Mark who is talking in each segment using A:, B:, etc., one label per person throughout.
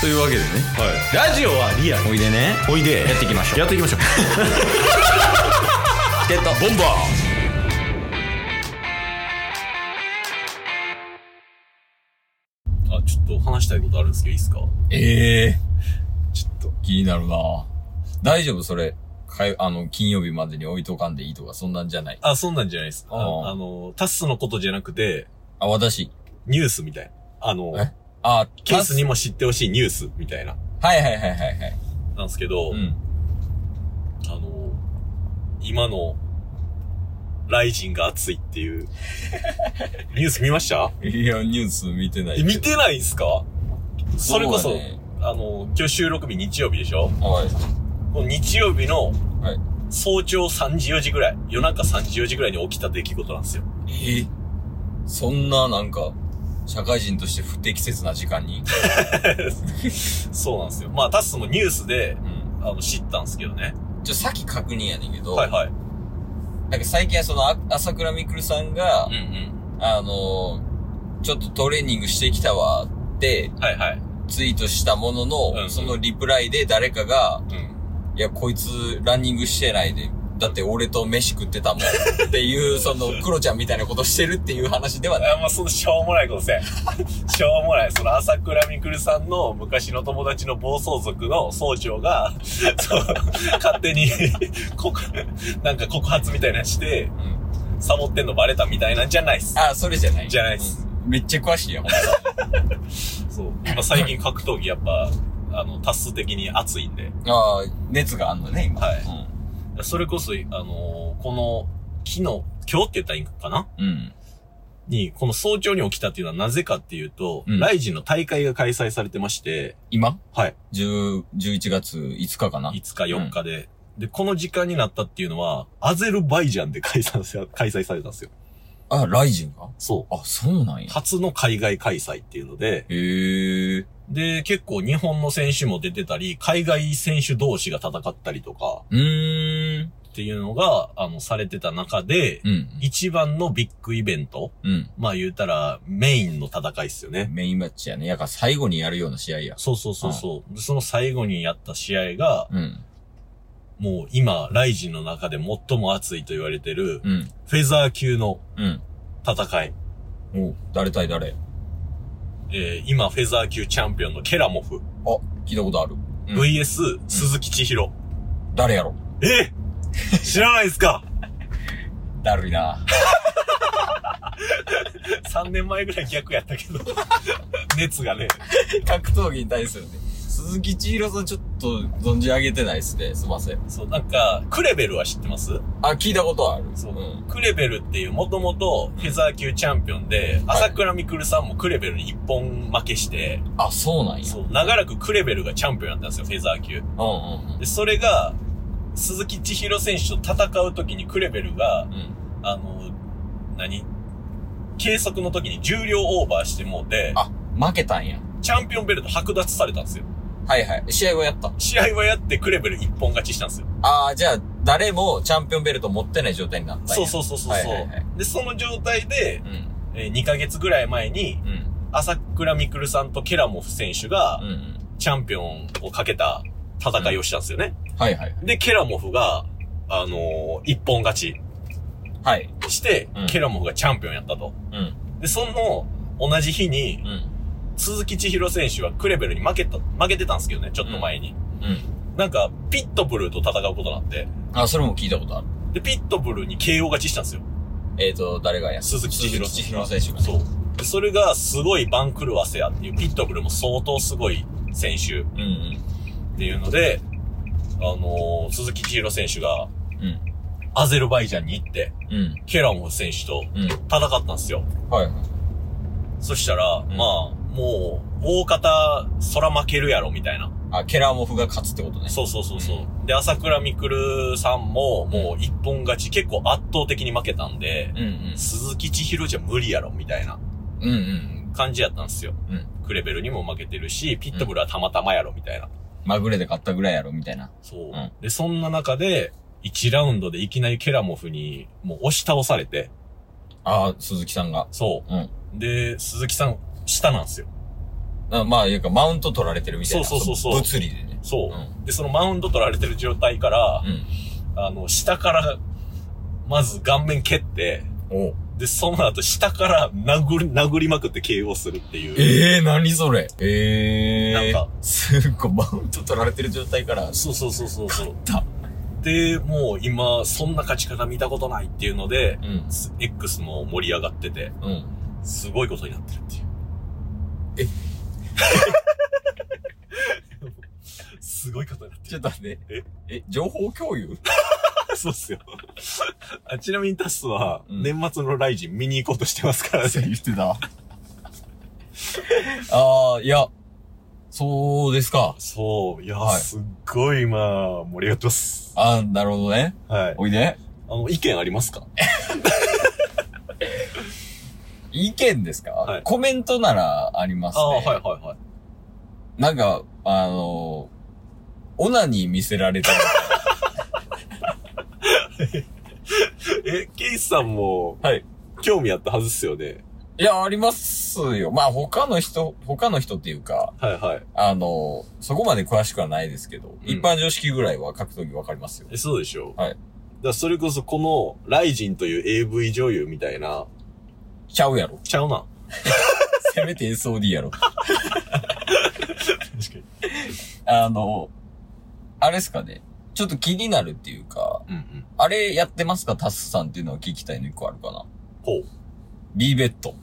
A: というわけでね
B: ラジオはリアル
A: おいでね
B: おいで
A: やっていきましょう
B: やっていきましょう
A: チケットボンバー
B: あちょっと話したいことあるんですけどいいですか
A: ええちょっと気になるな大丈夫それかいあの金曜日までに置いとかんでいいとかそんなんじゃない
B: あそんなんじゃないですあ
A: あー
B: あのタスのことじゃなくて
A: あ私
B: ニュースみたいなあの
A: えあ
B: ケースにも知ってほしいニュースみたいな
A: はいはいはいはいはい
B: なんですけど、
A: うん
B: あの今のライジンが熱いっていう ニュース見ました
A: いやニュース見てない
B: え
A: けど
B: 見てないんすかそれこそう
A: だね
B: あの今日収録日日曜日でしょ
A: はい
B: この日曜日の
A: はい
B: 早朝3時4時ぐらい、夜中3時4時ぐらいに起きた出来事なんですよ。
A: えそんななんか、社会人として不適切な時間に。
B: そうなんですよ。まあ、タスもニュースで、
A: うん。
B: あの、知ったんですけどね。
A: じゃ、さっき確認やねんけど、
B: はいはい。
A: なんか最近はその、あ朝倉みくるさんが、
B: ん
A: あのーちょっとトレーニングしてきたわって、
B: うん。はいはい。
A: ツイートしたものの、
B: うんうん
A: そのリプライで誰かが、
B: うん。
A: いや、こいつランニングしてないで、だって俺と飯食ってたもんって いう、その、クロちゃんみたいなことしてるっていう話ではない。
B: あまあ、そのしょうもないことせん。 しょうもない。その、朝倉みくるさんの昔の友達の暴走族の総長が、そう、勝手に告、なんか告発みたいなのして、
A: うん
B: サボってんのバレたみたいなんじゃないっす。
A: あ、それじゃない
B: じゃないっす。
A: うんめっちゃ詳しい よ、ほんと
B: そう。今最近格闘技やっぱ、あの、多数的に熱いんで。
A: ああ、熱があんのね、今。
B: はいそれこそ、あのーこの、昨日、今日って言ったらいいんかな
A: うん。うん。
B: に、この早朝に起きたっていうのはなぜかっていうと、
A: うん
B: ライジンの大会が開催されてまして、
A: 今
B: はい。
A: 10 11月5日かな
B: 5日、4日で。で、この時間になったっていうのは、アゼルバイジャンで開催さ 開催されたんですよ。
A: あ、ライジンが
B: そ
A: あ、そうなん
B: う。
A: や。
B: 初の海外開催っていうので、
A: へえ。
B: で、結構日本の選手も出てたり、海外選手同士が戦ったりとか、
A: うーん。
B: っていうのが、あの、されてた中で、
A: うん。
B: 一番のビッグイベント、
A: うん。
B: まあ言うたら、メインの戦いっすよね。
A: メインマッチやね。やから最後にやるような試合や。
B: そうそうそうそう。でその最後にやった試合が、
A: うん。
B: もう今、ライジンの中で最も熱いと言われてる、
A: うん。
B: フェザー級の
A: うん。
B: 戦い。
A: おう誰対誰あ、
B: えー今、フェザー級チャンピオンのケラモフ、
A: 聞いたことある。うん
B: VS、鈴木千尋。
A: 誰やろ
B: え知らないですか
A: だるいな。
B: ?3 年前ぐらい逆やったけど。 熱がね。
A: 格闘技に対するね。鈴木千尋さんちょっと存じ上げてないっすね。すいません。
B: そう、なんか、クレベルは知ってます
A: あ、聞いたことある。。
B: そうんクレベルっていう、もともとフェザー級チャンピオンで、
A: はい
B: 朝倉未来さんもクレベルに一本負けして、
A: あ、そうなんや。
B: そう、長らくクレベルがチャンピオンだったんですよ、フェザー級。
A: うんうん
B: で、それが、鈴木千尋選手と戦う時にクレベルが
A: う、ん。うん。
B: あの、何計測の時に重量オーバーしてもうて、
A: あ、負けたんや。
B: チャンピオンベルト剥奪されたんですよ。
A: はいはい。試合はやった。
B: 試合はやってクレベル一本勝ちしたんですよ。
A: ああ、じゃあ、誰もチャンピオンベルト持ってない状態になったんや
B: そうそうそうそう。
A: は
B: そ
A: いはいはいう
B: で、その状態で、
A: うん。
B: えー2ヶ月ぐらい前に、
A: うん。
B: 朝倉未来さんとケラモフ選手が
A: う、ん。
B: チャンピオンをかけた戦いをしたんですよね。
A: はいはい。
B: で、ケラモフが、あのー一本勝ち
A: はい。
B: して、
A: うん
B: ケラモフがチャンピオンやったと。
A: うん。
B: で、その、同じ日に、
A: うん。
B: 鈴木千尋選手はクレベルに負けた、負けてたんですけどね、ちょっと前に。
A: うん。
B: なんか、ピットブルと戦うことになって、
A: あ、それも聞いたことある。
B: で、ピットブルに KO 勝ちしたんですよ。
A: えっ、ー、と、誰がや
B: 鈴木千尋
A: 鈴木千尋選手が、ね。
B: そう。で、それがすごい番狂わせやっていう、ピットブルも相当すごい選手
A: うん
B: っていうので、あのー鈴木千尋選手が、
A: うん
B: アゼルバイジャンに行って、
A: うん。うん。
B: ケラモフ選手と
A: うん。
B: 戦ったんですよ。
A: はいはい。
B: そしたら、
A: ん
B: まあ、もう、大方、空負けるやろ、みたいな。
A: あ、ケラーモフが勝つってことね。
B: そうそうそうそう。で、朝倉未来さんも、もう一本勝ち、結構圧倒的に負けたんで、
A: うんうん。
B: 鈴木千尋じゃ無理やろ、みたいな
A: うんうん。
B: 感じやったんですよ。
A: うん
B: クレベルにも負けてるし、ピットブルはたまたまやろ、みたいな。
A: まぐれで勝ったぐらいやろ、みたいな。
B: そう。
A: うん
B: で、そんな中で、1ラウンドでいきなりケラモフに、もう押し倒されて、
A: ああ、鈴木さんが。
B: そ
A: うん。
B: う。で、鈴木さん、下なんですよ。
A: あまあ、いうか、マウント取られてるみたいな。
B: そうそうそうそう
A: 物理でね。
B: そう
A: う。ん。
B: で、そのマウンド取られてる状態から、
A: うん。
B: あの、下から、まず顔面蹴って、
A: おう
B: で、その後下から殴り、殴りまくって KO するっていう。
A: ええー、何それええー。
B: なんか
A: すっごい、マウント取られてる状態から、
B: そうそうそうそうそう。
A: た。
B: で、もう今、そんな勝ち方見たことないっていうので、
A: うん。
B: す X も盛り上がってて、
A: うん。
B: すごいことになってるっていう。えすごいことになって
A: ちょっ
B: る。
A: と待って。
B: え
A: え、情報共有
B: そうっすよ。あちなみにタスは、
A: うん
B: 年末のライジン見に行こうとしてますからね。
A: 言ってた。 ああ、いや、そうですか。
B: そう、いや、
A: はい
B: すっごい今、盛り上がってます。
A: ああ、なるほどね。
B: はい。
A: おいで。
B: あの、意見ありますか
A: 意見ですか、
B: はい
A: コメントならありますね。
B: ああー、はいはいはい。
A: なんか、あのオナに見せられたりと か。
B: え、ケイスさんも、
A: はい。
B: 興味あったはずっすよね。
A: いや、ありますよ。まあ、他の人、他の人っていうか、
B: はいはい。
A: あの、そこまで詳しくはないですけど、
B: ん
A: 一般常識ぐらいは格闘技わかりますよ。
B: え、そうでしょ
A: はい
B: だからそれこそこの、ライジンという AV 女優みたいな、。
A: ちゃうやろ
B: ちゃうな。
A: せめて SOD やろ。
B: 確かに。
A: あの、あれですかね。ちょっと気になるっていうか、
B: うんうん。
A: あれやってますかタスさんっていうのは聞きたいの一個あるかな。
B: ほう。
A: B ベッド。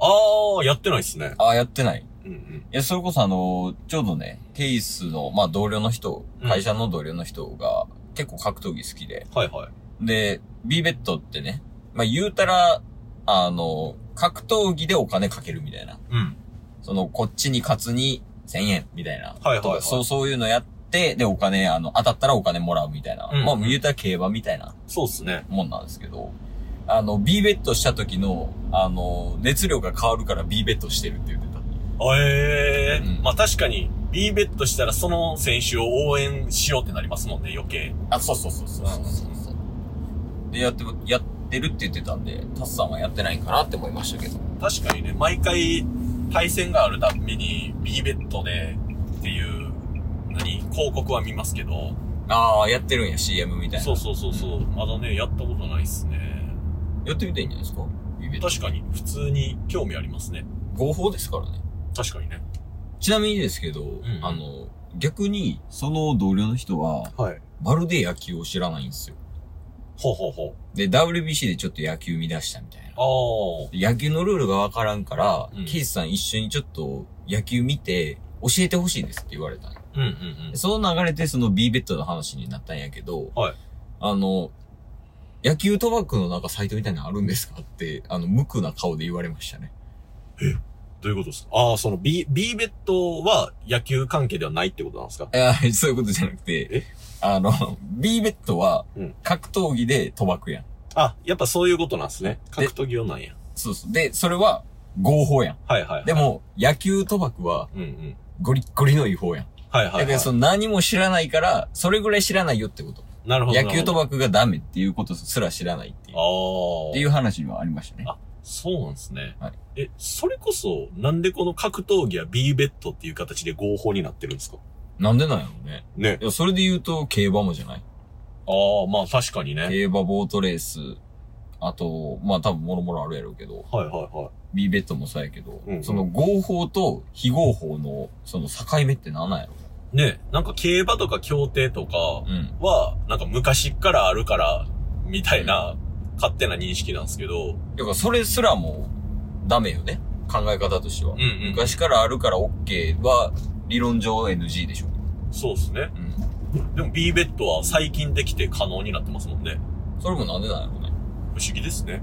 B: ああ、やってないっすね。
A: ああ、やってない。
B: うんうん。
A: いや、それこそあの、ちょうどね、ケイスの、まあ同僚の人、
B: うん
A: 会社の同僚の人が結構格闘技好きで、
B: はいはい。
A: で、B ベッドってね、まあ言うたら、あの、格闘技でお金かけるみたいな。
B: うん。
A: その、こっちに勝つに1000円みたいな。
B: はいはい
A: と
B: はい
A: かそう、そういうのやって、で、お金、あの、当たったらお金もらうみたいな。
B: うん
A: まあ言うたら競馬みたいな
B: そうっすね。
A: もんなんですけど、あの、B ベッドした時の、あの、熱量が変わるから B ベッドしてるって言ってた。
B: あええ
A: うん
B: まあ確かに、B ベットしたらその選手を応援しようってなりますもんね、余計。
A: あ、そうそうそうそうそうそうそう。で、やって、やってるって言ってたんで、タスさんはやってないんかなって思いましたけど。
B: 確かにね、毎回対戦があるたんびに B ベットでっていう、何広告は見ますけど。
A: ああ、やってるんや、CM みたいな。
B: そうそうそうそう。まだね、やったことないっすね。
A: やってみていいんじゃないですかイベント。
B: 確かに、普通に興味ありますね。
A: 合法ですからね。
B: 確かにね。
A: ちなみにですけど、
B: ん
A: あの、逆に、その同僚の人は、
B: はい。
A: まるで野球を知らないんですよ。
B: ほうほうほ
A: で、WBC でちょっと野球見出したみたいな。
B: う。
A: 野球のルールがわからんから、
B: うん
A: ケイスさん一緒にちょっと野球見て、教えてほしいんですって言われたの
B: ああ。うんうんうん
A: で。その流れでその B ベッドの話になったんやけど、
B: はい
A: あの、野球賭博のなんかサイトみたいなのあるんですかって、あの、無垢な顔で言われましたね。
B: どういうことですかああ、その B、B ベットは野球関係ではないってことなんですか
A: いや、そういうことじゃなく
B: え
A: て、あの、B ベッドは
B: うん
A: 格闘技で賭博やん。
B: あ、やっぱそういうことなんですね。格闘技用なんや。
A: そうそう。で、それは合法やん。
B: はいはいはい。
A: で、も、野球賭博は
B: うんうん。
A: ゴリッゴリの違法やん。
B: はいはい、はい。
A: だからその何も知らないから、それぐらい知らないよってこと。
B: なるほど。
A: 野球賭博がダメっていうことすら知らないっていう。
B: ああ。
A: っていう話はありましたね。
B: そうなんですね。
A: はい
B: え、それこそ、なんでこの格闘技は B ベッドっていう形で合法になってるんですか
A: なんでなんやろうね。
B: ね
A: い。や、それで言うと、競馬もじゃない
B: ああ、まあ確かにね。
A: 競馬、ボートレース、あと、まあ多分もろもろあるやろうけど、
B: はいはいはい。
A: B ベッドもそうやけど、
B: うんうん
A: その合法と非合法の、その境目って何なんやろ
B: ね、なんか競馬とか競艇とか
A: うん。
B: は、なんか昔っからあるから、みたいな、勝手な認識なんですけど、
A: だからそれすらもダメよね。考え方としては。
B: うんうん
A: 昔からあるから OK は、理論上 NG でしょ。
B: そうですね。
A: うん。
B: でも B ベッドは最近できて可能になってますもんね。
A: それもなんでなんやろうね。
B: 不思議ですね。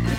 C: ます